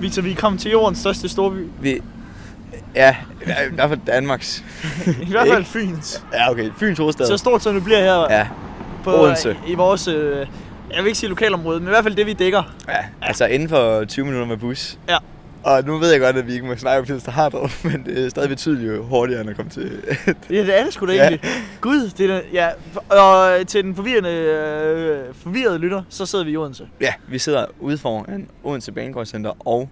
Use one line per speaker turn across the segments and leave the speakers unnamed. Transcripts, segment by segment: Victor, vi er kommet til jordens største storby.
Vi... Ja, i hvert fald Danmarks.
I hvert fald Fyns.
Ja, okay. Fyns hovedstad.
Så stort som det bliver her
Ja,
på,
Odense.
i vores, øh, jeg vil ikke sige lokalområde, men i hvert fald det, vi dækker.
ja. Altså inden for 20 minutter med bus.
Ja.
Og nu ved jeg godt, at vi ikke må snakke om Pilster Hardrup, men det er stadig betydeligt hurtigere end at komme til...
Ja, det er det sgu da
Ja.
egentlig. Gud, det er da- ja. Og til den forvirrende, øh, forvirrede lytter, så sidder vi i Odense.
ja, vi sidder ude foran Odense Banegårdscenter og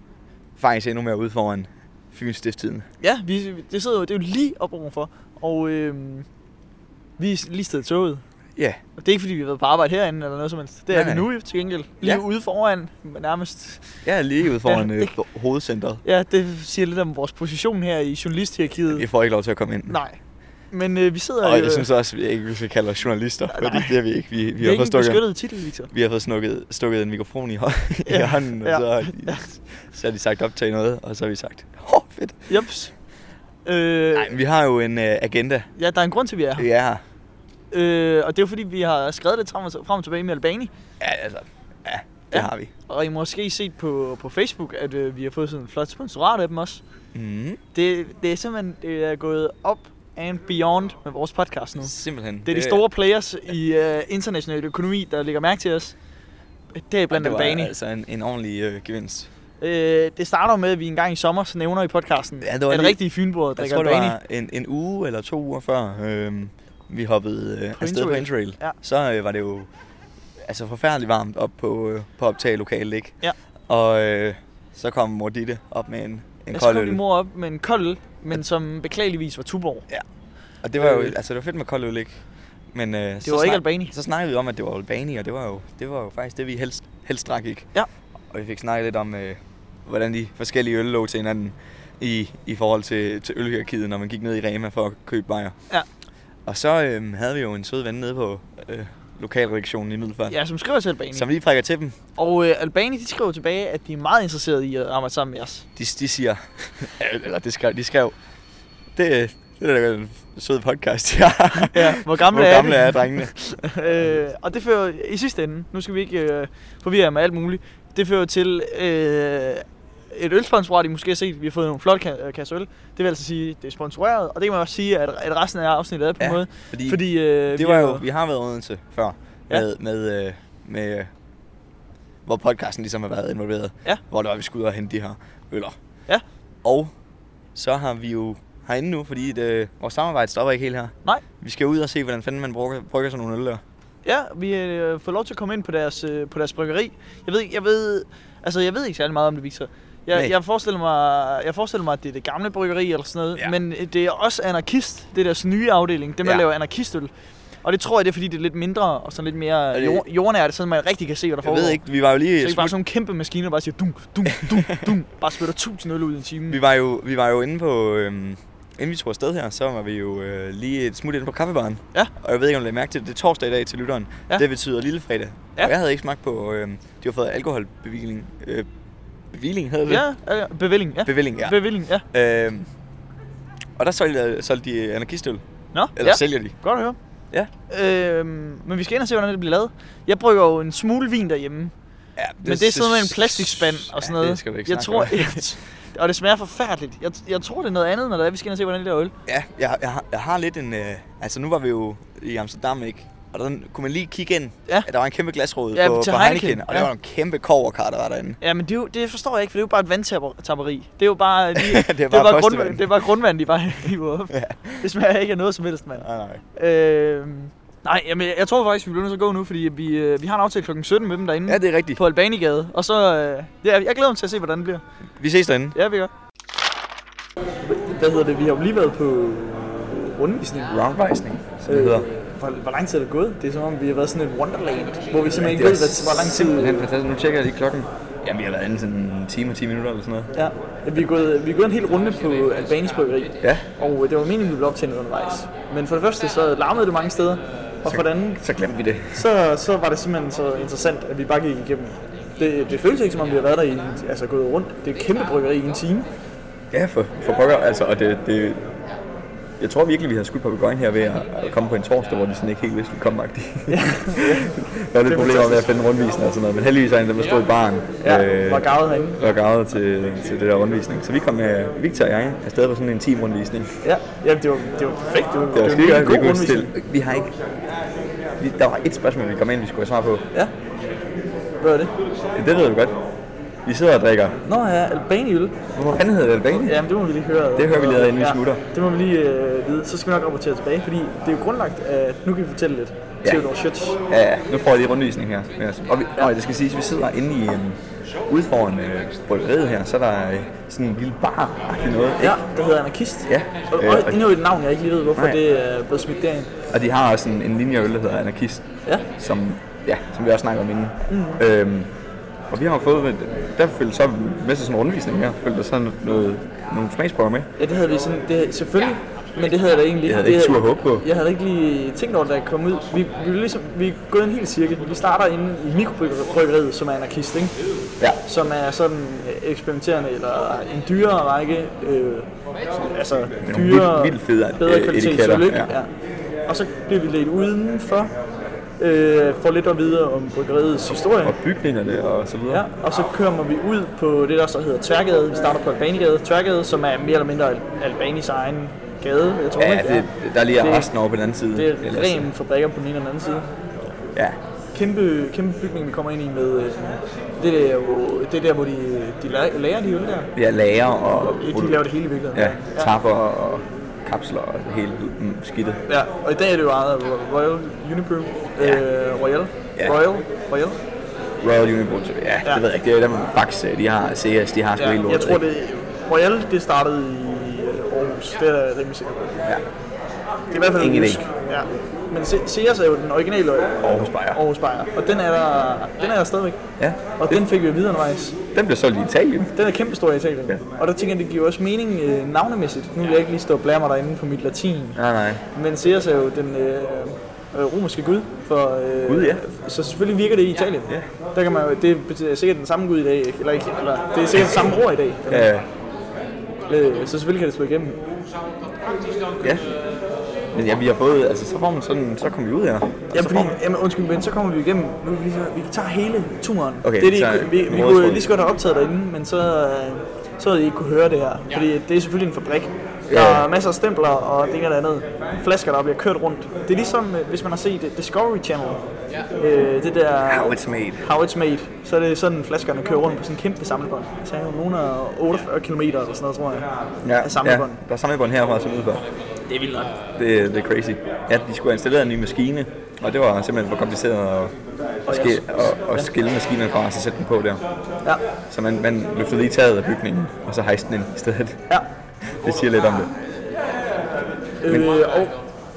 faktisk endnu mere ude foran Fyns Stifttiden.
Ja, vi, det sidder jo, det er jo lige op overfor. Og øh, vi er lige stedet toget.
Ja,
Og det er ikke fordi, vi har været på arbejde herinde eller noget som helst. Det er
Nej,
vi
nej.
nu til gengæld. Lige
Ja.
ude foran, nærmest.
jeg er lige ude foran
Ja,
øh,
det-
ho- hovedcenteret.
Ja, det siger lidt om vores position her i journalisthierarkiet.
Vi får ikke lov til at komme ind.
Nej. Men øh, vi sidder
Og
øh,
jeg synes også, at vi ikke vi skal kalde os journalister,
Nej.
fordi det er vi ikke. Vi, vi
det er
har
ikke
fået
en
stukket,
beskyttet titel, Victor.
vi har fået snukket, stukket en mikrofon i, hå- i
Ja.
hånden, og
Ja.
så, har de, så har de sagt optag noget, og så har vi sagt, åh, fedt.
Jeps. Øh,
Nej, men vi har jo en øh, agenda,
ja, der er en grund til, at vi er her.
vi er her.
Øh, og det er jo fordi, vi har skrevet lidt frem og, frem og tilbage med Albani.
Ja, altså, ja, det
Ja.
har vi.
Og I har måske set på, på Facebook, at øh, vi har fået sådan en flot sponsorat af dem også.
Mm.
Det, det er simpelthen det er gået op and beyond med vores podcast nu.
Simpelthen.
Det er de store players i øh, international økonomi, der lægger mærke til os. Det er blandt
det var
Albani.
altså en, en ordentlig øh, gevinst.
Øh, det starter jo med, at vi en gang i sommer så nævner i podcasten,
Ja,
ja,
det var
at
lige-
rigtige fynboer
Jeg
drikker
tror, det
Albani.
var en, en uge eller to uger før, øh, vi hoppede øh,
På
afsted på
interrail.
interrail.
Ja.
Så øh, var det jo altså forfærdeligt varmt op på, øh, på optag lokalt, ikke?
Ja.
Og øh, så kom mor Ditte op med en, en
Jeg
kold
skrev min
øl.
Altså, mor op med en kold øl, men som beklageligvis var Tuborg.
Og det var jo,
Øh.
altså det var fedt med kold øl, ikke? Men, øh, det
var ikke Albani.
Så snakkede vi om, at det var Albani, og det var jo, det var jo faktisk det, vi helst, helst drak, ikke?
Ja.
Og vi fik snakket lidt om, øh, hvordan de forskellige øl lå til hinanden i, i forhold til, til ølhierarkiet, når man gik ned i Rema for at købe bajer.
Ja.
Og så øh, havde vi jo en sød ven nede på øh, lokalredaktionen i Middelfart,
Ja, som skriver til Albani.
som lige prikker til dem.
Og øh, Albani, de skriver tilbage, at de er meget interesserede i at arbejde sammen med os.
De, de siger, eller det skrev, de skrev, det, det er da en sød podcast, ja.
Ja, hvor gamle,
Hvor gamle
er,
er
de?
drengene?
øh, og det fører i sidste ende, nu skal vi ikke øh, forvirre jer med alt muligt, det fører til øh, et ølsponsorat, I måske har set, vi har fået nogle flotte ka- øh, kasser øl. Det vil altså sige, det er sponsoreret, og det kan man også sige, at, at resten af afsnittet er på en
Ja,
måde.
fordi-
fordi øh, vi
Det var
har-
jo, vi har været i Odense før,
Ja.
med, med, øh, med, øh, hvor podcasten ligesom har været involveret.
Ja.
Hvor der var, vi skulle ud og hente de her øller.
Ja.
Og så har vi jo herinde nu, fordi det, øh, vores samarbejde stopper ikke helt her.
Nej.
Vi skal ud og se, hvordan fanden man brygger, brygger sådan nogle øl der.
Ja, vi øh, får lov til at komme ind på deres, øh, på deres bryggeri. Jeg ved, ikke- jeg ved, altså jeg ved ikke særlig meget om det, Victor. Jeg,
Nej.
jeg, forestiller mig, jeg forestiller mig, at det er det gamle bryggeri eller sådan noget,
Ja.
ja. men øh, det er også anarkist, det er deres nye afdeling, dem der
Ja.
ja. laver anarkistøl. Og det tror jeg, det er fordi, det er lidt mindre og sådan lidt mere
det-
jord, jordnært, sådan man rigtig kan se, hvad der
Jeg
foregår.
ved ikke, vi var jo
Så
lige...
ikke bare sådan nogle kæmpe maskiner, der bare siger dum, dum, dum, dum, bare spytter tusind øl ud i en time.
Vi var jo, vi var jo inde på... Øhm, inden vi tog afsted her, så var vi jo øh, lige et smut inde på kaffebaren.
Ja.
Og jeg ved ikke, om du lagde mærke til det. Det er torsdag i dag til lytteren. Ja.
Ja.
Det betyder lille fredag.
Ja.
Og jeg havde ikke smagt på... Øh, de har fået alkoholbevilling. Øh, bevilling hedder det?
Ja, ja, ja, bevilling, ja.
Bevilling, ja.
Bevilling, ja.
Øh, og der solgte, solgte de anarkistøl.
Nå,
Eller
ja.
sælger de.
Godt at høre.
Ja.
Øhm, men vi skal ind og se, hvordan det bliver lavet. Jeg brygger jo en smule vin derhjemme.
Ja,
Men det, er sådan noget med en plastikspand og sådan noget.
Ja, det skal du ikke
jeg
snakke
tror,
om.
Og det smager forfærdeligt. Jeg, jeg tror, det er noget andet, når det er, vi skal ind og se, hvordan det der øl.
Ja, jeg, jeg, har, jeg har lidt en... Øh, altså, nu var vi jo i Amsterdam, ikke? Og der kunne man lige kigge ind,
Ja.
at der var en kæmpe glasråd
Ja,
på,
til
på Heineken,
Heineken,
og der
ja.
var en kæmpe koverkar, der var derinde.
Ja, men det, er jo, det forstår jeg ikke, for det er jo bare et vandtapperi. Det er jo bare, lige,
bare
det er bare,
postevand.
grund, det er bare grundvand, de bare hiver op.
Ja.
Det smager ikke af noget som helst, mand.
Nej, nej.
Øhm, nej, jamen, jeg tror faktisk, vi bliver nødt til at gå nu, fordi vi, øh, vi har en aftale kl. 17 med dem derinde
Ja, det er rigtigt.
på Albanigade. Og så, øh, ja, jeg glæder mig til at se, hvordan det bliver.
Vi ses derinde.
Ja, vi gør. Hvad hedder det? Vi har jo lige været på rundvisning.
Roundvisning, som det hedder.
hvor, hvor lang tid er det gået? Det er som om, vi har været sådan et wonderland, hvor vi simpelthen ikke
var
ved, hvad, hvor lang tid...
Simpelthen fantastisk. Nu tjekker jeg lige klokken. Jamen, vi har været inde sådan en time og 10 minutter eller sådan noget.
Ja, vi er, gået, vi er gået en hel runde på Albanisk Bryggeri.
Ja.
Og øh, det var meningen, at vi ville optage noget undervejs. Men for det første, så larmede det mange steder. Og for det andet,
Så glemte vi det.
så, så var det simpelthen så interessant, at vi bare gik igennem. Det, det føles ikke, som om vi har været der i, en- altså gået rundt. Det er et kæmpe bryggeri i en time.
Ja, for, for pokker. Altså, og det, det, Jeg tror virkelig, vi har skudt papegøjen her ved at at komme på en torsdag, hvor de sådan ikke helt vidste, vi kom magtigt. der var lidt problemer med at finde rundvisning og sådan noget, men heldigvis er en, af dem, der stod i baren. øh,
Ja, var gavet herinde.
og gavet til, til det der rundvisning. Så vi kom med Victor og jeg afsted på sådan en intim rundvisning.
Ja, jamen, det var, det var perfekt. Det var, det
Det
var,
var
en virkelig
skide
god
godt, vi kunne
rundvisning.
stille. Vi har ikke... Vi, der var et spørgsmål, vi kom ind, vi skulle have svar på.
Ja. Hvad var det?
Ja, det ved vi godt. Vi sidder og drikker.
Nå ja, Albaniøl.
Hvor fanden hedder det Albania?
Jamen, det må vi lige høre.
Det hører vi lige, inden vi smutter.
Det må vi lige øh, vide. Så skal vi nok rapportere tilbage, fordi det er jo grundlagt af, nu kan vi fortælle lidt.
Ja.
Theodor Schütz.
Ja, ja. Nu får jeg lige rundvisning her. med os. Og, vi, og det skal siges, vi sidder inde i øhm, ude foran øh, bryggeriet her, så er der øh, sådan en lille bar eller noget. Ikke?
Ja, der hedder Anarkist.
Ja.
Og,
Øh,
og
og-
endnu et navn, jeg ikke lige ved, hvorfor
Nej.
det øh, er blevet smidt derind.
Og de har også en, en linje af øl, der hedder Anarkist,
Ja.
som, ja, som vi også snakker om inden. Mm. Øhm, og vi har jo fået, øh, der følte så med sig sådan en rundvisning her, følte der sådan noget, nogle smagsprøver med.
Ja, det havde vi sådan, det, selvfølgelig, men det havde jeg da egentlig
Jeg havde ikke
det
tur håb på.
Jeg havde ikke lige tænkt over, det, da jeg kom ud. Vi, vi, er ligesom, vi er gået en hel cirkel. Vi starter inde i mikrobryggeriet, som er anarkist, ikke?
Ja.
som er sådan øh, eksperimenterende, eller en dyrere række, øh, sådan, altså
nogle
dyrere,
vildt- vildt fede,
bedre
øh,
kvalitet
etiketter,
øl, ikke?
ja.
Ja. Og så bliver vi lidt udenfor, øh, får lidt at vide om bryggeriets historie.
Og bygningerne og så videre.
Ja, og så kører vi ud på det, der så hedder Tværgade. Vi starter på Albanigade. Tværgade, som er mere eller mindre Al- Albanis egen gade, jeg tror
Ja,
ikke,
det, der lige
Det-
er resten over på den anden side.
det er
Ellers-
ren fabrikker på den ene og den anden side.
Ja,
Kæmpe, kæmpe bygning, vi kommer ind i med øh, det der, hvor, det der, hvor de, de la- lager de øl der.
ja lager og...
Øh, De laver det hele i virkeligheden.
Ja, tapper og kapsler og det hele mm, skidtet.
ja. Og i dag er det jo ejet af Ro- Royal Unibrew. Øh, Royal.
Ja.
Royal. Royal.
Royal Unibrew, så- ja,
Ja.
det ved jeg ikke. Det er dem Fax, øh, de har CS, de har sgu helt
Ja,
lort.
jeg tror,
ikke?
det Royal, det startede i øh, Aarhus. Det er jeg rimelig sikker på.
Ja.
Det er i hvert fald
Ingen
en jysk.
idé.
Ja. Men Se- Sears er jo den originale
Aarhus Bayer.
Aarhus Bayer. Og den er der, den er der stadigvæk.
Ja.
Og den fik vi videre undervejs.
Den blev solgt i Italien.
Den er kæmpestor i Italien.
Ja.
Og der tænker jeg, det giver også mening øh, navnemæssigt. Nu vil jeg ikke lige stå og blære mig derinde på mit latin.
Nej, nej.
Men Sears er jo den øh, øh, romerske gud. For, øh,
Gud, ja.
Så selvfølgelig virker det i Italien.
Ja.
Der kan man jo, det betyder sikkert den samme gud i dag. ikke? Eller, ikke, eller det er sikkert det samme ord i dag.
Øh,
Øh, så selvfølgelig kan det slå igennem.
ja. Men ja, vi har fået, altså så får man sådan, så kom vi ud her. og
Jamen,
så
fordi,
får man-
jamen undskyld, men så kommer vi igennem. Nu er vi, lige, så- vi tager hele turen.
Okay,
det er det,
så
I,
er
kunne- vi, vi
en
kunne
rådspor.
lige så godt have optaget derinde, men så, øh, så havde I ikke kunne høre det her. Fordi det er selvfølgelig en fabrik. Der
Ja.
er masser af stempler og det ene og det andet. Flasker, der bliver kørt rundt. Det er ligesom, øh, hvis man har set øh, Discovery Channel. Øh, det der...
How it's made.
How it's made. Så er det sådan, flaskerne kører rundt på sådan en kæmpe samlebånd. Så er jo nogen af 48 km eller sådan noget, tror jeg.
Ja,
af samlebånd.
ja, der er samlebånd herfra og så udefra.
Det er vildt nok.
Det, det er crazy. Ja, de skulle have installeret en ny maskine, og det var simpelthen for kompliceret at, at, skille, at, at skille maskinerne fra og så sætte den på der.
Ja.
Så man, man løftede lige taget af bygningen, og så hejste den ind i stedet.
ja.
Det siger lidt om det.
Øh, og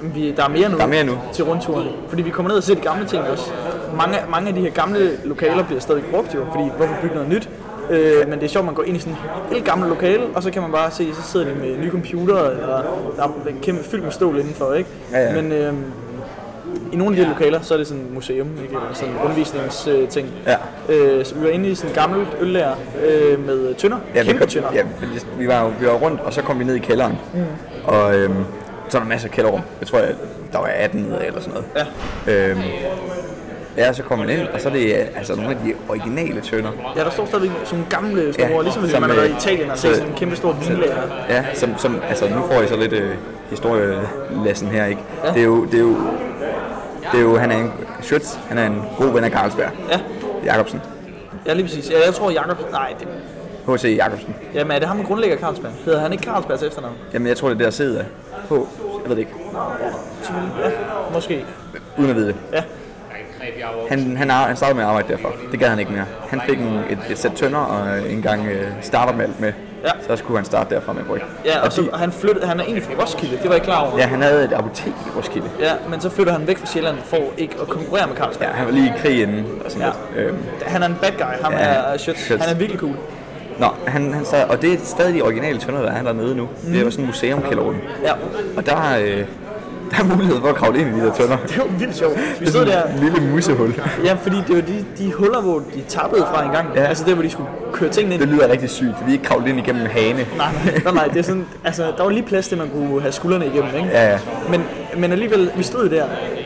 vi, der er mere nu,
Der er mere nu.
til rundturen, fordi vi kommer ned og ser de gamle ting også. Mange, mange af de her gamle lokaler bliver stadig brugt jo, fordi hvorfor bygge noget nyt? Øh, men det er sjovt, man går ind i sådan et helt gammelt lokale, og så kan man bare se, så sidder de med nye computere, eller der er en kæmpe fyldt med stål indenfor, ikke?
Ja, ja.
Men øh, i nogle af de her lokaler, så er det sådan et museum, ikke? eller sådan en rundvisningsting. Øh, ting.
Ja.
øh, så vi var inde i sådan et gammelt øllager øh, med tønder,
Ja, vi,
kæmpe
kom,
tønder.
ja, fordi vi var jo vi var rundt, og så kom vi ned i kælderen. Mm. Og øhm, så er der masser af kælderrum. Jeg tror, jeg, der var 18 nede eller sådan noget. Ja. Øhm, ja, så kom man ind, og så er det øh, altså, nogle af de originale tønder.
Ja, der står stadigvæk sådan nogle gamle store, ja,
Ja,
ligesom hvis
som,
man har været i
øh,
Italien og set
så-
sådan en kæmpe stor vinlager.
Ja, som, som, altså nu får jeg så lidt øh, historielæsen her, ikke? Det er jo, det er jo, det er jo, han er en, Schütz, han er en god ven af Carlsberg.
Ja.
Jacobsen.
Ja, lige præcis. Ja, jeg tror Jakob... Nej, det...
H.C. Jacobsen.
Jamen, er det ham, der grundlægger Carlsberg? Hedder han ikke Carlsbergs efternavn?
Jamen, jeg tror, det er der sidder af. H. Jeg ved det ikke.
Selvfølgelig. Ja, måske.
Uden at vide det.
Ja.
Han, han, ar- han startede med at arbejde derfor. Det gad han ikke mere. Han fik en, et, et sæt tønder og øh, en gang øh, startermælk med.
Ja.
Så skulle han starte derfra med bryg.
Ja, og så
de,
han flyttede... Han er egentlig fra Roskilde, det var jeg ikke klar over.
ja, han havde et apotek i Roskilde.
ja men så flytter han væk fra Sjælland for ikke at konkurrere med Carlsberg.
Ja, han var lige i krig inden og sådan
Ja.
lidt. Øhm,
Han er en bad guy, ham ja,
Ja,
er Schütz.
Schütz.
Han er virkelig cool.
nå, han, han startede, og det er
Mhm.
stadig de originale tønder, der er dernede nu. Mm. Det er jo sådan en museumkælderrum.
Ja.
Og der, øh, Der er mulighed for at kravle ind i de der tønder.
Det var vildt sjovt. Vi stod der,
Lille musehul.
ja, fordi det var de, de huller, hvor de tappede fra en gang.
Ja.
Altså der, hvor de skulle køre tingene ind.
Det lyder rigtig sygt. Vi er ikke kravlet ind igennem en hane.
Nej, nej, nej, det er sådan, altså, der var lige plads til, at man kunne have skuldrene igennem, ikke?
Ja, ja.
Men, men alligevel, vi stod der,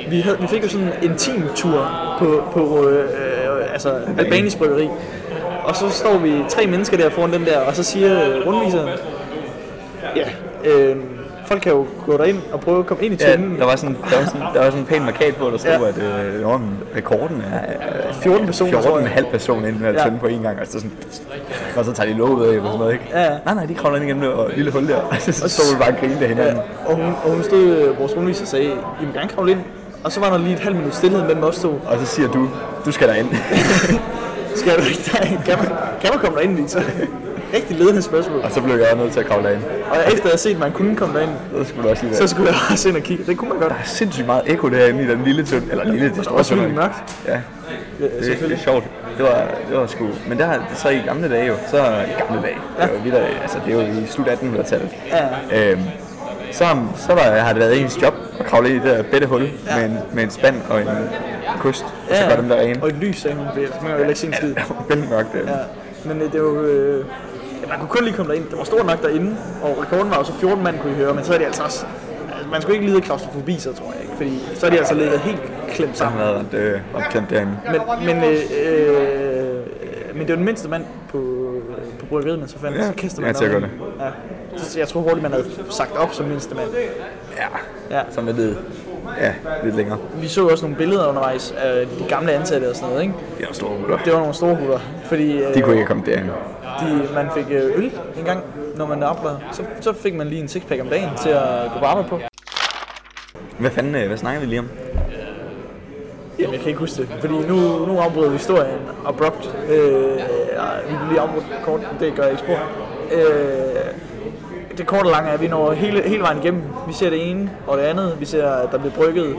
vi, havde, vi fik jo sådan en intim-tur på, på øh, øh, altså, Albanisk Bryggeri, og så står vi tre mennesker der foran den der, og så siger øh, rundviseren, ja, øh, folk kan jo gå derind og prøve at komme ind i
Ja,
tunnelen.
der var sådan, der var sådan, der var sådan en pæn markat på, der stod,
Ja.
at øh, nå, men rekorden er øh,
14 personer, tror
14
jeg.
halv person inden at
Ja.
tænde på en gang, og så, sådan, og så tager de låget af, eller sådan noget, ikke?
Ja.
Nej, nej, de kravler ind igennem det og lille hul der, og så stod vi bare og grinede af
Ja,
hinanden.
og hun, og hun stod, øh, vores rundviser sagde, I må gerne kravle ind. Og så var der lige et halvt minut stillhed mellem os to.
Og så siger du, du skal derind.
Skal du ikke derind? Kan man, kan man komme derind, Victor? Rigtig ledende spørgsmål.
og så blev jeg nødt til at kravle ind.
Og efter jeg havde set, at man kunne komme derind,
Så skulle du også lige
så
være.
skulle jeg også ind og kigge. Det kunne man godt.
Der er sindssygt meget ekko derinde i den lille tynd, eller lille, det store
Også
tynd.
vildt mørkt.
Ja,
Ja, altså,
det, er- det er
selvfølgelig.
sjovt. Det var, det var sgu... Men der, så i gamle dage jo, så i gamle dage, ja. det, var, vi der, altså, det var i slut 1800-tallet,
Ja.
øhm, så, så var, har det været ens job at kravle i det der bedte hul ja. med, en, med en spand og en kost, ja. og så gør dem der rene.
Og et lys, sagde hun, for ellers man kan jo ikke se en skid.
Ja, bælmørkt. Øh.
Ja. Men øh, det var jo... Øh, ja, man kunne kun lige komme derind. Det var stort nok derinde, og rekorden var jo så 14 mand, kunne I høre, men så er det altså også... Altså, man skulle ikke lide af klaustrofobi, så tror jeg ikke, fordi så er de altså ligget helt klemt
Så har
sammen.
man været ret, øh, opklemt derinde.
Men, men, øh, øh, men det var den mindste mand på, øh, på bryggeriet, man så fandt.
Ja,
så kaster man
ja, til at
op.
gøre
Ja. Så jeg tror hurtigt, man havde sagt op som mindste mand.
Ja,
Ja.
så med det ja, lidt længere.
Vi så også nogle billeder undervejs af de gamle ansatte og sådan noget, ikke?
Det er jo store huller.
Det var nogle store huller, fordi øh,
De kunne ikke komme derinde.
de, man fik øh, øl en gang, når man arbejdede. Så, så fik man lige en sixpack om dagen til at gå på arbejde på.
Hvad fanden, øh, hvad snakker vi lige om?
Jamen, jeg kan ikke huske det, fordi nu, nu afbryder vi historien abrupt. Øh, nej, vi blev lige afbrudt kort, det gør jeg ikke spor. Øh, det korte og lange er, at vi når hele, hele vejen igennem. Vi ser det ene og det andet. Vi ser, at der bliver brygget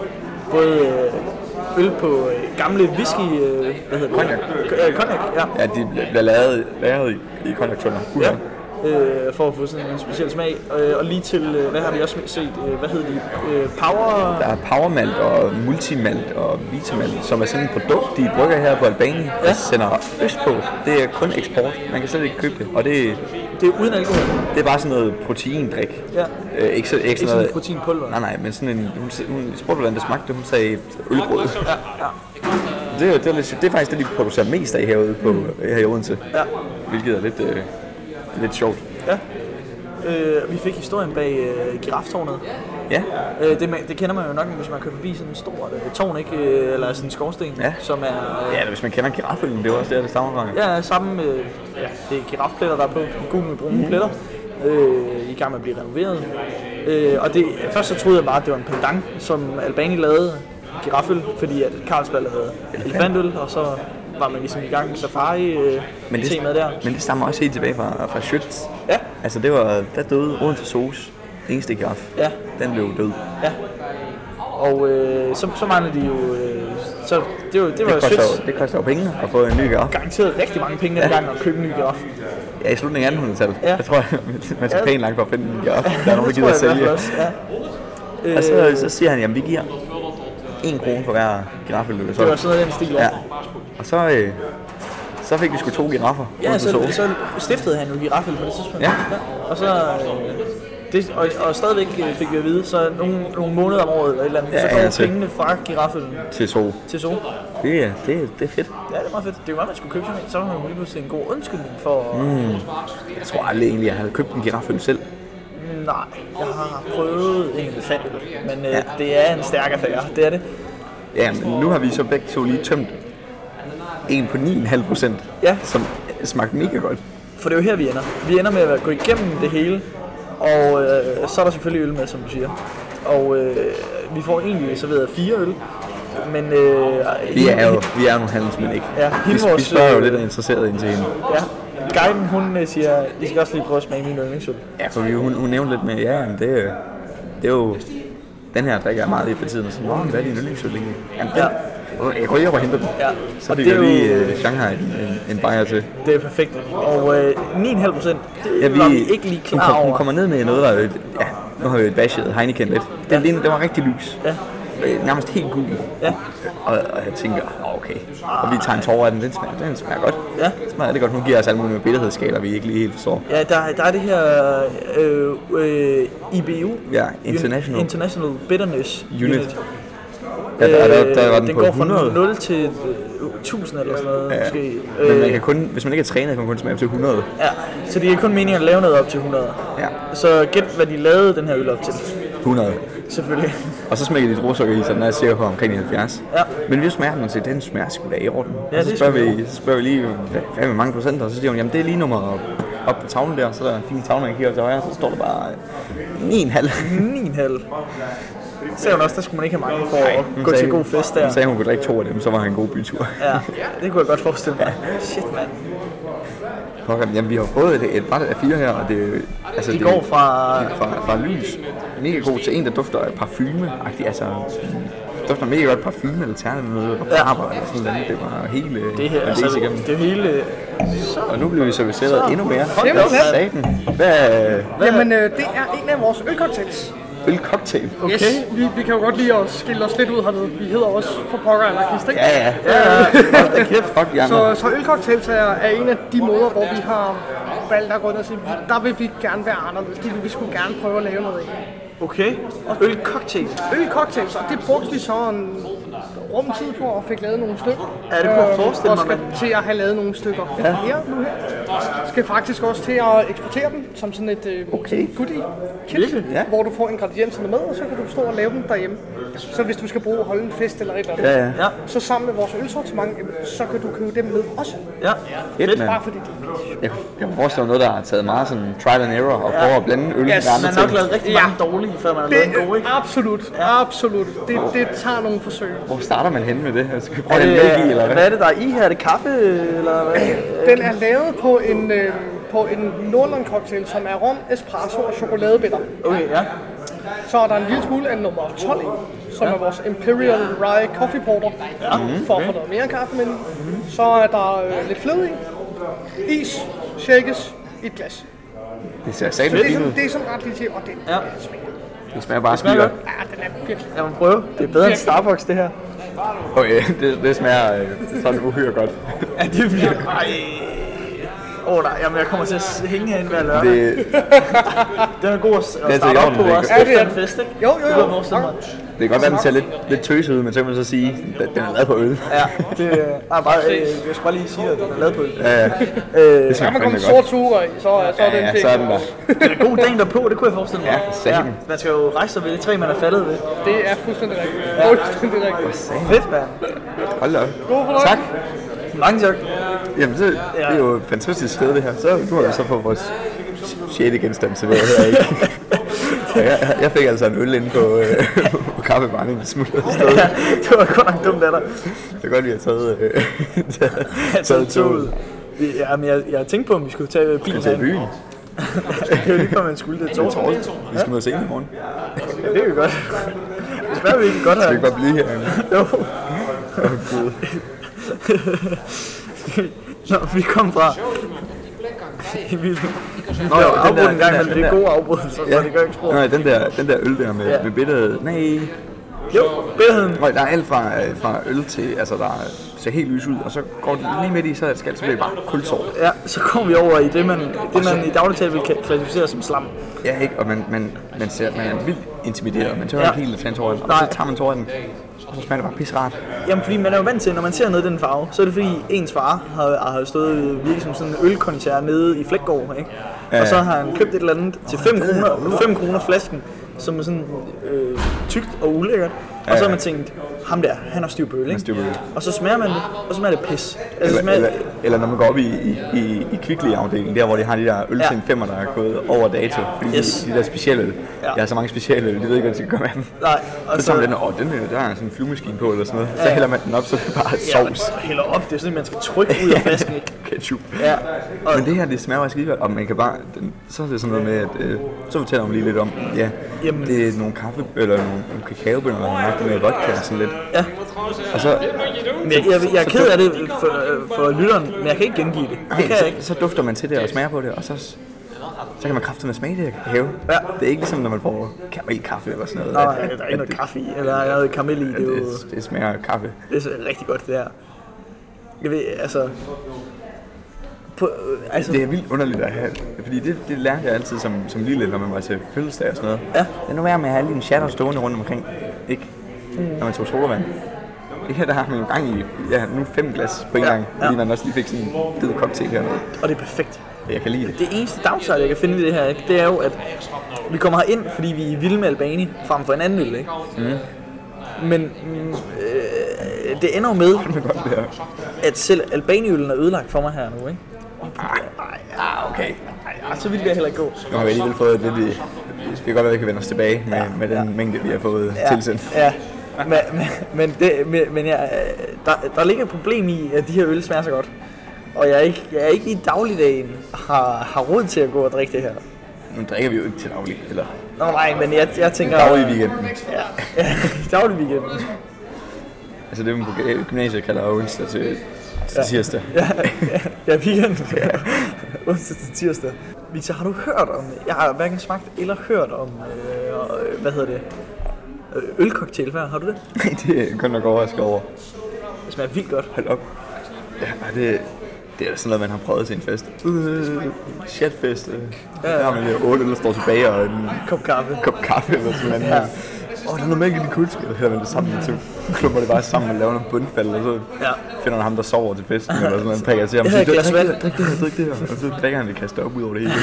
både øh, øl på øh, gamle whisky... Øh, hvad hedder det?
Cognac.
Øh, cognac, ja.
Ja, de bl- bliver lavet, lavet i, i konjunkturer.
ja. Øh, for at få sådan en speciel smag. Øh, og lige til, øh, hvad har vi også set? Øh, hvad hedder de? Øh, power...
Der er powermalt og multimalt og vitamalt, som er sådan et produkt, de brygger her på Albanien, ja. der sender øst på. Det er kun eksport. Man kan slet ikke købe det. Og det,
Det er uden alkohol.
det er bare sådan noget proteindrik.
Ja.
Øh, ikke, så, ikke, ikke
sådan
noget,
proteinpulver.
Nej, nej, men sådan en... Hun, s- hun spurgte, hvordan det smagte. Hun sagde ølbrød. Ja, ja. Det, er- det, er lidt, sjovt. det er faktisk det, de producerer mest af herude på,
Mm.
her i Odense.
Ja.
Hvilket er lidt, øh, lidt sjovt.
Ja. Øh, vi fik historien bag øh, giraftårnet.
Ja,
Øh, det, man- det kender man jo nok, hvis man kører forbi sådan en stor øh, tårn, ikke? Øh, eller sådan en skorsten,
Ja.
som er... Øh,
ja eller hvis man kender giraffølgen, det er jo også der, det stammer fra.
ja. samme med... Ja, det er girafpletter, der er på gul med brune pletter. Øh, I gang med at blive renoveret. Øh, og det, først så troede jeg bare, at det var en pendant, som Albani lavede giraføl, fordi at Carlsberg lavede elefantøl, og så var man ligesom i gang med safari øh,
Men det,
temaet der.
men det stammer også helt tilbage fra, fra Schütz.
Ja.
Altså det var, der døde Odense Sos, eneste giraf.
Ja.
Den blev død.
Ja. Og øh, så, så manglede de jo... Øh, så det, var, det var jo
Det koster,
sødt.
jo, det koster jo penge at få en ny giraf.
garanteret rigtig mange penge dengang at købe en ny giraf.
Ja, i slutningen af 1800-tallet.
Ja.
Jeg tror, man skal
Ja.
pænt langt for at finde en giraf. Der er nogen, der
Det
gider at
tror jeg i
sælge.
hvert fald også, Ja.
Og
Øh,
så, så siger han, jamen vi giver en krone for hver giraf, eller
det var
så.
sådan noget i den stil.
Ja. Og så, øh, så fik vi sgu to giraffer.
ja
Odense
så,
Zoo.
så stiftede han jo giraffen på det tidspunkt.
Ja.
Og så... Øh, det, og, og stadigvæk øh, fik vi at vide, så nogle, nogle måneder om året eller et eller andet,
Ja,
så
ja,
kommer
til-
pengene fra giraffen
til so.
til zoo.
Det, er- det, er- det er fedt.
Ja, det er meget fedt. Det er jo meget, man skulle købe sådan en, så har man jo lige pludselig en god undskyldning for... Mm.
Jeg tror aldrig egentlig, jeg havde købt en girafføl selv.
Nej, jeg har prøvet en elefant, men øh, det er en stærk affære, det er det.
Ja, men nu har vi så begge to lige tømt en på 9,5 procent,
Ja.
som smagte mega godt.
For det er jo her, vi ender. Vi ender med at gå igennem det hele, og øh, så er der selvfølgelig øl med, som du siger. Og øh, vi får egentlig serveret fire øl, men... Øh,
Vi er jo, vi er jo nogle handelsmænd, ikke?
Ja,
vi,
hende
vi
vores,
spørger jo
øh,
lidt af interesseret ind til hende.
Ja, guiden, hun øh, siger, I skal også lige prøve at smage min yndlingsøl.
Ja, for vi, hun, hun nævnte lidt med, ja, jamen, det, øh, det er jo... Den her drikker jeg meget i for tiden, og sådan, "Nå, men hvad er din yndlingsøl egentlig? Jamen, den,
Ja.
ja. jeg går lige over og henter den.
Ja,
Så
og
fik
det
jeg
er
lige
jo-
øh, Shanghai en, en, en bajer til.
Det er perfekt. Og øh, 9,5 procent, det
Ja,
var vi ikke lige
hun,
klar
kom,
over.
hun kommer ned med noget, der... øh, Ja, nu nu har vi bashet Heineken lidt. Den, ja. den, den var rigtig lys.
Ja.
Øh, Nærmest helt gul.
Ja.
Og, og jeg tænker, "Nå, okay. Og vi tager en tårer af den, den smager, den smager godt.
Ja.
Den smager rigtig godt. Hun giver os alle mulige billedhedsskaler, vi ikke lige helt forstår.
Ja, der, der er det her øh, øh, IBU.
Ja, International.
International Bitterness Øh,
Unit. Ja, der, der, der var den,
den
på
går
100.
fra 0 til øh, 1000 eller sådan noget, ja. måske. Øh,
Men man kan kun, hvis man ikke er trænet, kan man kun smage op til 100.
ja, så det er kun meningen at lave noget op til 100.
Ja.
Så gæt, hvad de lavede den her øl op til,
100.
selvfølgelig.
Og så smækker de et rosukker i, så den er cirka på omkring 70.
Ja.
Men vi smager den og siger, den smager sgu da i orden.
Ja,
og så
det
spørger,
smager
vi, så spørger vi lige, hvad, hvad med mange procenter? Og så siger hun, jamen det er lige nummer op, op på tavlen der, så er der en fin tavle, man kigger op til højre, så står der bare øh, 9,5.
9,5. Ser hun også, der skulle man ikke have mange for at gå til god fest der.
Hun sagde, hun kunne drikke to af dem, så var han en god bytur.
Ja, det kunne jeg godt forestille mig. Shit, mand.
Fuck, jamen, vi har fået et, et bræt af fire her, og det, altså,
De går fra-
det- fra, fra lys, mega god, til en, der dufter af parfume, altså, dufter mega godt parfume, eller terne, eller noget,
Ja.
der arbejder, eller sådan noget, det var hele,
Det her,
var
altså,
igennem.
det er jo hele...
Og nu bliver vi serviceret endnu mere.
Hold
da op, mand.
Satan. Hvad
Jamen, øh, det er en af vores ølcocktails.
øl cocktail?
Okay. Yes, vi, vi kan jo godt lide at skille os lidt ud hernede. Vi hedder også for pokker anarkist, ikke?
Ja, ja. Hold da kæft. Fuck, jeg
Så, så ølcocktails er, er en af de måder, hvor vi har valgt at gå ind og sige, der vil vi gerne være anderledes. Det vil vi skulle gerne prøve at lave noget af.
Okay, øl cocktail.
Ølcocktails, og det brugte vi så en rum tid på og fik lavet nogle stykker. Øh,
Ja, det kunne jeg forestille
og
mig,
skal
mand.
til at have lavet nogle stykker ja. her nu her. Skal faktisk også til at eksportere dem som sådan et øh,
Okay.
goodie kit,
Virkelig? Ja.
hvor du får ingredienserne med, og så kan du stå og lave dem derhjemme. Så hvis du skal bruge at holde en fest eller et eller andet,
Ja, ja.
Ja,
så sammen med vores ølsortiment, jamen, så kan du købe dem med også.
ja.
Fedt, mand.
Bare fordi de
Jeg, jeg kunne forestille mig noget, der har taget meget sådan trial and error og prøver at blande øl
Man
med
Yes.
andre
har nok
ting.
lavet rigtig mange dårlige, før man har lavet en god,
Det,
ikke?
absolut, absolut. Det, det tager nogle forsøg.
Hvor starter man henne med det? Altså, skal vi prøve
Er
en mælk i, eller
det, øh, hvad
hvad?
er det, der er i her? Er det kaffe, eller hvad?
Den er lavet på en, øh, på en Nordland cocktail, som er rom, espresso og chokoladebitter.
Okay, ja.
Så er der en lille smule af nummer 12 i, som er vores Imperial Rye Coffee Porter, Mm-hmm. for at få noget mere kaffe med.
Mm-hmm.
i. Så er der øh, lidt fløde i, is, shakes, i et glas.
Det ser
Så
satan
det er
fint
sådan,
ud.
det er sådan ret lige til, og det
Ja.
smager.
Det smager bare
smager
skyer.
godt.
Ja, den er virkelig.
Lad mig prøve. Det er bedre end Starbucks, det her.
Okay, det, det smager øh, sådan uhyre godt.
Ja, det er virkelig... Ej. Åh oh, nej, jamen jeg kommer til at s- hænge herinde hver lørdag.
Det,
Den er god at s- at
er
starte
til
op på
jorden,
også
det er
efter en
godt.
fest, ikke?
Jo, jo,
Det
jo.
kunne jeg forestille mig.
det kan godt være, den ser lidt, lidt tøs ud, men så kan man så sige, at den er lavet på øl.
Ja, det er bare... Øh, jeg skal bare lige sige, at den er lavet på øl.
Ja, ja.
Øh,
Det smager
Kan man komme
fandme
en
godt.
sort sugerør i, så, så er den
Ja,
fik.
så er den der.
det er en god dagen derpå, det kunne jeg forestille mig.
Ja, satan.
Man skal jo rejse sig ved det træ, man er faldet ved.
Det er fuldstændig rigtigt. Fuldstændig rigtigt.
Fedt, mand.
Hold da op.
God fornøjelse.
Tak.
Mange tak.
Jamen, så, det er jo et fantastisk sted, det her. Så nu har vi så fået vores sjette genstand serveret her, ikke? Og jeg, jeg fik altså en øl inde på, øh, på kaffebaren, inden vi smuttede afsted.
Ja, det var godt nok dumt af dig.
Det er godt, vi har taget, øh, taget,
Jeg
taget toget.
Ja, men jeg, jeg tænkte på, om vi skulle tage øh, bilen
Vi skal til
herind.
byen.
Det er jo lige før, man skulle det
Det er
tog.
torsdag. Vi skal møde senere i morgen. Skal
Ja, det er jo godt. Det spørger vi ikke godt her.
vi ikke bare blive her?
Jo.
Åh, Gud.
Nå, vi kom fra. vi vi
jo,
bliver afbrudt
den der-
en gang,
den der-
men det er
den der-
gode afbrydelser, så det gør ikke spor.
Nej, den der, den der øl der med,
Ja.
med billedet. Nej.
Jo, billeden.
Prøv, der er alt fra, øh, fra øl til, altså der ser helt lys ud, og så går det lige midt i, så skal det selvfølgelig bare kulsår.
Ja, så kom vi over i det, man, det, man i dagligtalen vil ka- klassificere som slam.
Ja, ikke? Og man, man, man, ser, man er vildt intimideret. Man tør
Ja.
ja. ikke helt at tage en tår, af den, og
Nej.
så tager man tår af den, og så smager det bare pisrart.
Jamen, fordi man er jo vant til, når man ser noget i den farve, så er det fordi ens far har, har stået øh, virkelig som sådan en ølkoncert nede i Flækgaard, ikke? Ja. Og så har han købt et eller andet til 5 kroner, 5 kroner flasken, som er sådan øh, tykt og ulækkert. Og så har man tænkt, ham der, han har styr på øl,
styr
ikke?
på øl.
Og så smager man det, og så smager det pis. Altså,
Eller,
smager,
eller, eller når man går op i, i, i, i Kvickly-afdelingen, der hvor de har de der øl til en
Ja.
femmer, der er gået over dato. Fordi
Yes.
yes. de, de der specielle øl.
Ja.
Ja. Jeg har så mange specielle øl, de ved ikke, hvad de skal gøre med dem.
nej, og
Så tager man den, åh, den her, der er sådan en flyvemaskine på eller sådan noget. Så hælder man den op, så er det bare sovs.
Ja, man hælder op, det er sådan, man skal trykke ud af flasken, ikke?
Ketchup.
Ja, og
Men det her, det smager faktisk skide godt, og man kan bare, den, så er det sådan noget med, at øh, så fortæller hun lige lidt om, ja,
Jamen.
Jamen. det er nogle kaffe, eller nogle, nogle kakaobønner, der har med vodka og sådan lidt.
Ja.
Og så,
men jeg, jeg, jeg er ked af det for, for lytteren, men jeg kan ikke gengive det. Det
nej,
kan jeg ikke.
så, så, dufter man til det og smager på det, og så, så kan man kraftedeme smage det her have.
Ja.
Det er ikke ligesom, når man får karamelkaffe eller sådan noget.
Nå,
at-
ja, der er
at
ikke noget
det-
kaffe i, eller der er noget karamel i. Det, er
at
jo,
det, det smager af kaffe.
det er så rigtig godt, det her. Jeg ved, altså... På, øh, altså,
Det er vildt underligt at have, fordi det, det lærte jeg altid som, som lille, når man var til fødselsdag og sådan noget.
Ja.
Det er nu værd med at have lige en shatter stående rundt omkring, ikke? Mm. Når man tog sodavand. Det her, der har man jo gang i, ja, nu fem glas på en
Ja,
gang, fordi
ja.
man også lige fik sådan en fed cocktail hernede.
og det er perfekt.
Jeg kan lide det.
Det eneste downside, jeg kan finde ved det her, ikke, det er jo, at vi kommer herind, fordi vi er vilde med Albani frem for en anden øl, ikke? Mm. Men mm, øh, det ender jo med,
Det er godt det her.
at selv Albaniølen er ødelagt for mig her nu, ikke?
Ah, okay.
Ej, så vil jeg heller ikke gå.
Nu har vi alligevel fået lidt i... Det kan godt være, at vi kan vende os tilbage med, ja. med den ja. mængde, vi har fået ja. tilsendt.
Ja, men, men, men, det, men, men jeg, øh, der, der ligger et problem i, at de her øl smager så godt. Og jeg er ikke, jeg er ikke i dagligdagen har, har råd til at gå og drikke det her.
Nu drikker vi jo ikke til daglig, eller
Nå nej, men jeg, jeg tænker...
daglig i weekenden.
Ja, ja daglig weekend.
Altså det, man på gymnasiet kalder onsdag til, til
Ja.
tirsdag.
Ja, ja, ja weekend. Onsdag til tirsdag. Victor, har du hørt om... Jeg har hverken smagt eller hørt om... Øh, øh, hvad hedder det? Øh, Ølcocktail før, har du det?
det er kun nok overrasket over.
Det smager vildt godt.
Hold op. Ja, og det, det er da sådan noget, man har prøvet til en fest. Øh, Chatfest. Øh.
Ja, ja.
Der har man jo otte, der står tilbage, og en
Kop kaffe.
kop kaffe eller sådan noget.
Ja.
Ja. Åh, der er noget mælk i din køleskab. Så hælder man det sammen, så klumper det bare sammen og laver nogle bundfald, og så
Ja.
finder man ham, der sover til festen, eller sådan noget, prikker til ham.
Jeg
og
havde et
siger,
glas
"Drik det
vand."
her, Drik det her, drik det her. Og så drikker han det kaster op ud over det hele.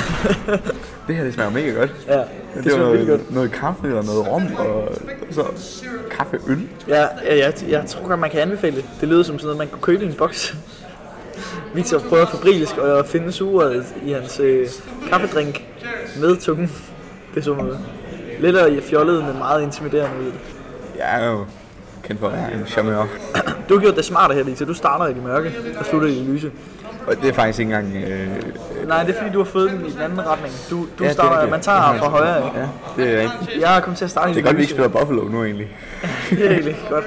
Det her, det smager mega godt.
Ja,
Men
det
det, var
smager vildt
noget,
godt.
noget kaffe og noget rom, og så kaffeøl.
Ja, ja, jeg, jeg tror godt, man kan anbefale det. Det lyder som sådan noget, man kunne købe i en boks. Victor prøver fabrilisk at finde suret i hans øh, kaffedrink med tungen. Det er sådan noget. Lidt af fjollet, men meget intimiderende ud.
Jeg er jo kendt for at være en charmeur.
Du har gjort det smarte her, Victor. Du starter i det mørke og slutter i det lyse.
Og det er faktisk ikke engang... Øh,
Nej, det er fordi, du har fået den i den anden retning. Du, du ja,
ja, det er
starter,
rigtigt.
man tager fra højre. ikke?
Ja, det er rigtigt.
Jeg er kommet til at starte i
Det er
det
godt, vi ikke
lyse.
spiller Buffalo nu egentlig.
Det er egentlig godt.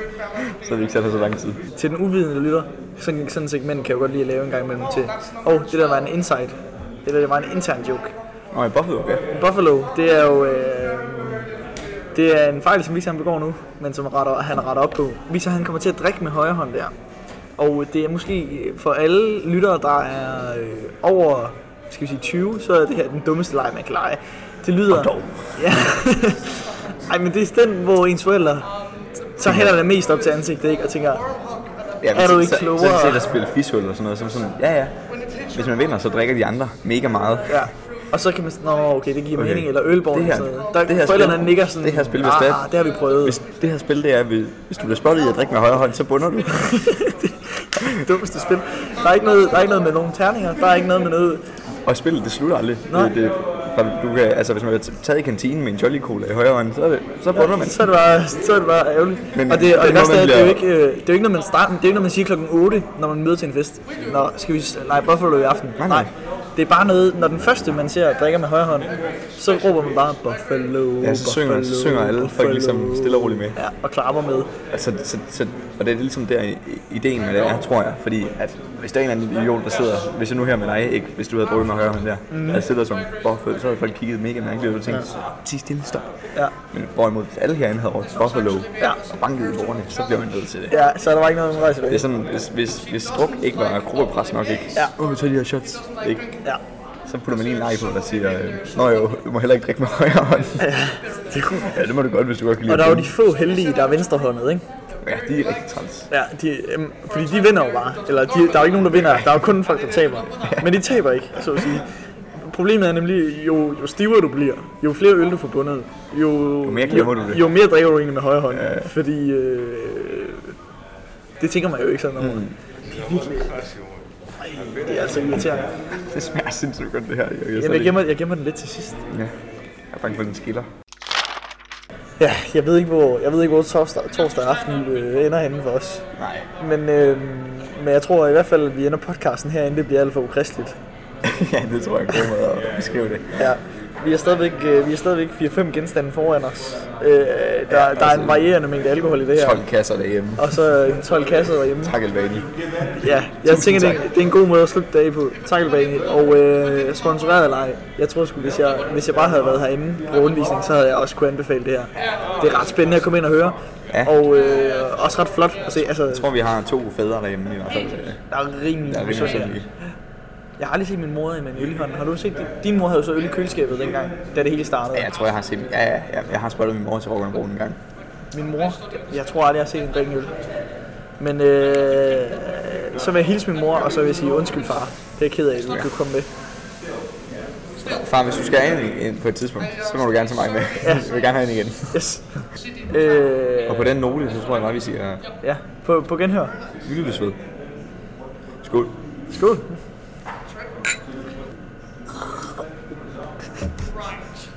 Så har vi ikke sat os så lang tid.
Til den uvidende lytter, sådan, sådan et segment kan jeg jo godt lide at lave en gang imellem til. Åh, oh, det der var en insight. Det der det var en intern joke.
Nå, i Buffalo, ja.
Buffalo, det er jo... Øh, det er en fejl, som Victor han begår nu, men som retter, han retter op på. Victor han kommer til at drikke med højre hånd der. Og det er måske for alle lyttere, der er øh, over skal vi sige 20, så er det her den dummeste leg, man kan lege. Det lyder...
dog.
Ja. Ej, men det er den, hvor ens forældre så hælder det mest op til ansigtet, ikke? Og tænker,
ja men
Er du
så-
ikke
så-
klogere?
Så er det set at spille fishul eller sådan noget, som sådan, ja ja. Hvis man vinder, så drikker de andre mega meget.
ja. Og så kan man sådan, nå, okay, det giver
Okay.
okay. mening, eller ølborg
Det her-
eller sådan noget. Der,
det her
forældrene
spil-
nikker sådan,
det her spil vil
ah,
stat-
det har vi prøvet.
Hvis det her spil, det er, hvis- hvis du bliver spottet i at drikke med højre hånd, så bunder du.
dummeste spil. Der er ikke noget, der er ikke noget med nogen terninger, der er ikke noget med noget...
Og spillet, det slutter aldrig.
Nej.
Det, det, for du kan, altså, hvis man bliver t- taget i kantinen med en Jolly Cola i højre hånd, så, er det, så bunder man.
Så er det bare, så er det bare ærgerligt.
Men
Men, og det, og
det er
det,
noget,
værste er,
man
at det, er jo
bliver-
ikke, øh, det er jo ikke noget, man starter, det er jo ikke noget, man siger klokken 8, når man møder til en fest. Nå, skal vi lege Buffalo i aften?
Nej, nej.
Det er bare noget, når den første, man ser, drikker med højre hånd, så råber man bare Buffalo,
Ja, så synger,
Buffalo,
så synger alle folk
Buffalo."
ligesom stille og roligt med.
Ja, og klapper med.
Altså, så, så, og det er ligesom der i- ideen med det er, tror jeg. Fordi at hvis der er en eller anden idiot, der sidder, hvis jeg nu her med dig, ikke, hvis du havde drukket mig højre hånd der,
Mhm.
mm. der sidder som Buffalo, så havde folk kigget mega mærkeligt, og du tænkte, sig stille, stop.
Ja.
Men hvorimod hvis alle herinde havde råbt Buffalo
Ja.
og banket i bordene, så bliver man nødt til det.
Ja, så er der bare ikke noget, man rejser
Det er
ved.
sådan, hvis, hvis, hvis druk ikke var gruppepres nok, ikke?
Ja.
Åh, oh, tag de her shots, ikke?
Ja.
Så putter man lige en leg på, der siger, øh, Nå jo, du må heller ikke drikke med højre hånd. ja, det må du godt, hvis du godt kan lide
Og der er jo
at
de få heldige, der er venstrehåndede, ikke?
drikke. Ja, de er rigtig træls.
Ja, de, øhm, fordi de vinder jo bare. Eller de, der er jo ikke nogen, der vinder. Der er jo kun folk, der taber. Men de taber ikke, så at sige. Problemet er nemlig, jo, jo stivere du bliver, jo flere øl du får bundet, jo, jo,
mere glemmer
jo,
du det.
jo mere drikker du egentlig med højre hånd. Fordi øh, det tænker man jo ikke sådan over. Mm. Det er virkelig... Ej, det er altså irriterende.
Det smager sindssygt godt, det her. Jeg, jeg,
Jamen, jeg gemmer, jeg gemmer den lidt til sidst.
Ja. Jeg er bange for, at den skiller.
Ja, jeg ved ikke, hvor, jeg ved ikke, hvor torsdag, torsdag aften øh, ender henne for os.
Nej.
øhm, Men, øh, men jeg tror i hvert fald, at vi ender podcasten herinde, det bliver alt for ukristeligt.
ja, det tror jeg er en god måde at beskrive det.
Ja. Vi er stadigvæk, øh, vi er stadigvæk 4-5 genstande foran os. Øh, der, der
altså,
er en varierende mængde alkohol i det her.
12 kasser derhjemme.
Og så øh, 12 kasser derhjemme.
Tak, Albani.
Ja, jeg tænker, det,
tak.
er- det er en god måde at slutte dagen på. Tak, Albani. Og øh, sponsoreret eller ej, jeg tror sgu, hvis jeg, hvis jeg bare havde været herinde på undervisning, så havde jeg også kunne anbefale det her. Det er ret spændende at komme ind og høre.
Ja.
Og øh, også ret flot at se. Altså,
Jeg tror, vi har to fædre derhjemme i hvert fald. øh,
der er rimelig
Der er rimelig sådan
Jeg har aldrig set min mor i med en øl i hånden. Har du set det? Din mor havde jo så øl i køleskabet dengang, da det hele startede.
Ja, jeg tror, jeg har set... Ja, ja, ja, jeg har spottet min mor til Rock'n'Roll en gang.
Min mor, jeg tror aldrig, jeg har set hende drikke en øl. Men øh, så vil jeg hilse min mor, og så vil jeg sige undskyld far. Det er jeg ked af, at du ikke kunne komme med.
Far, hvis du skal ind ind på et tidspunkt, så må du gerne tage mig med. Jeg vil gerne have ind igen.
Yes. øh,
Og på den note, så tror jeg nok, vi siger,
ja, på, på genhør.
vi lyttes ved. Skål.
Skål.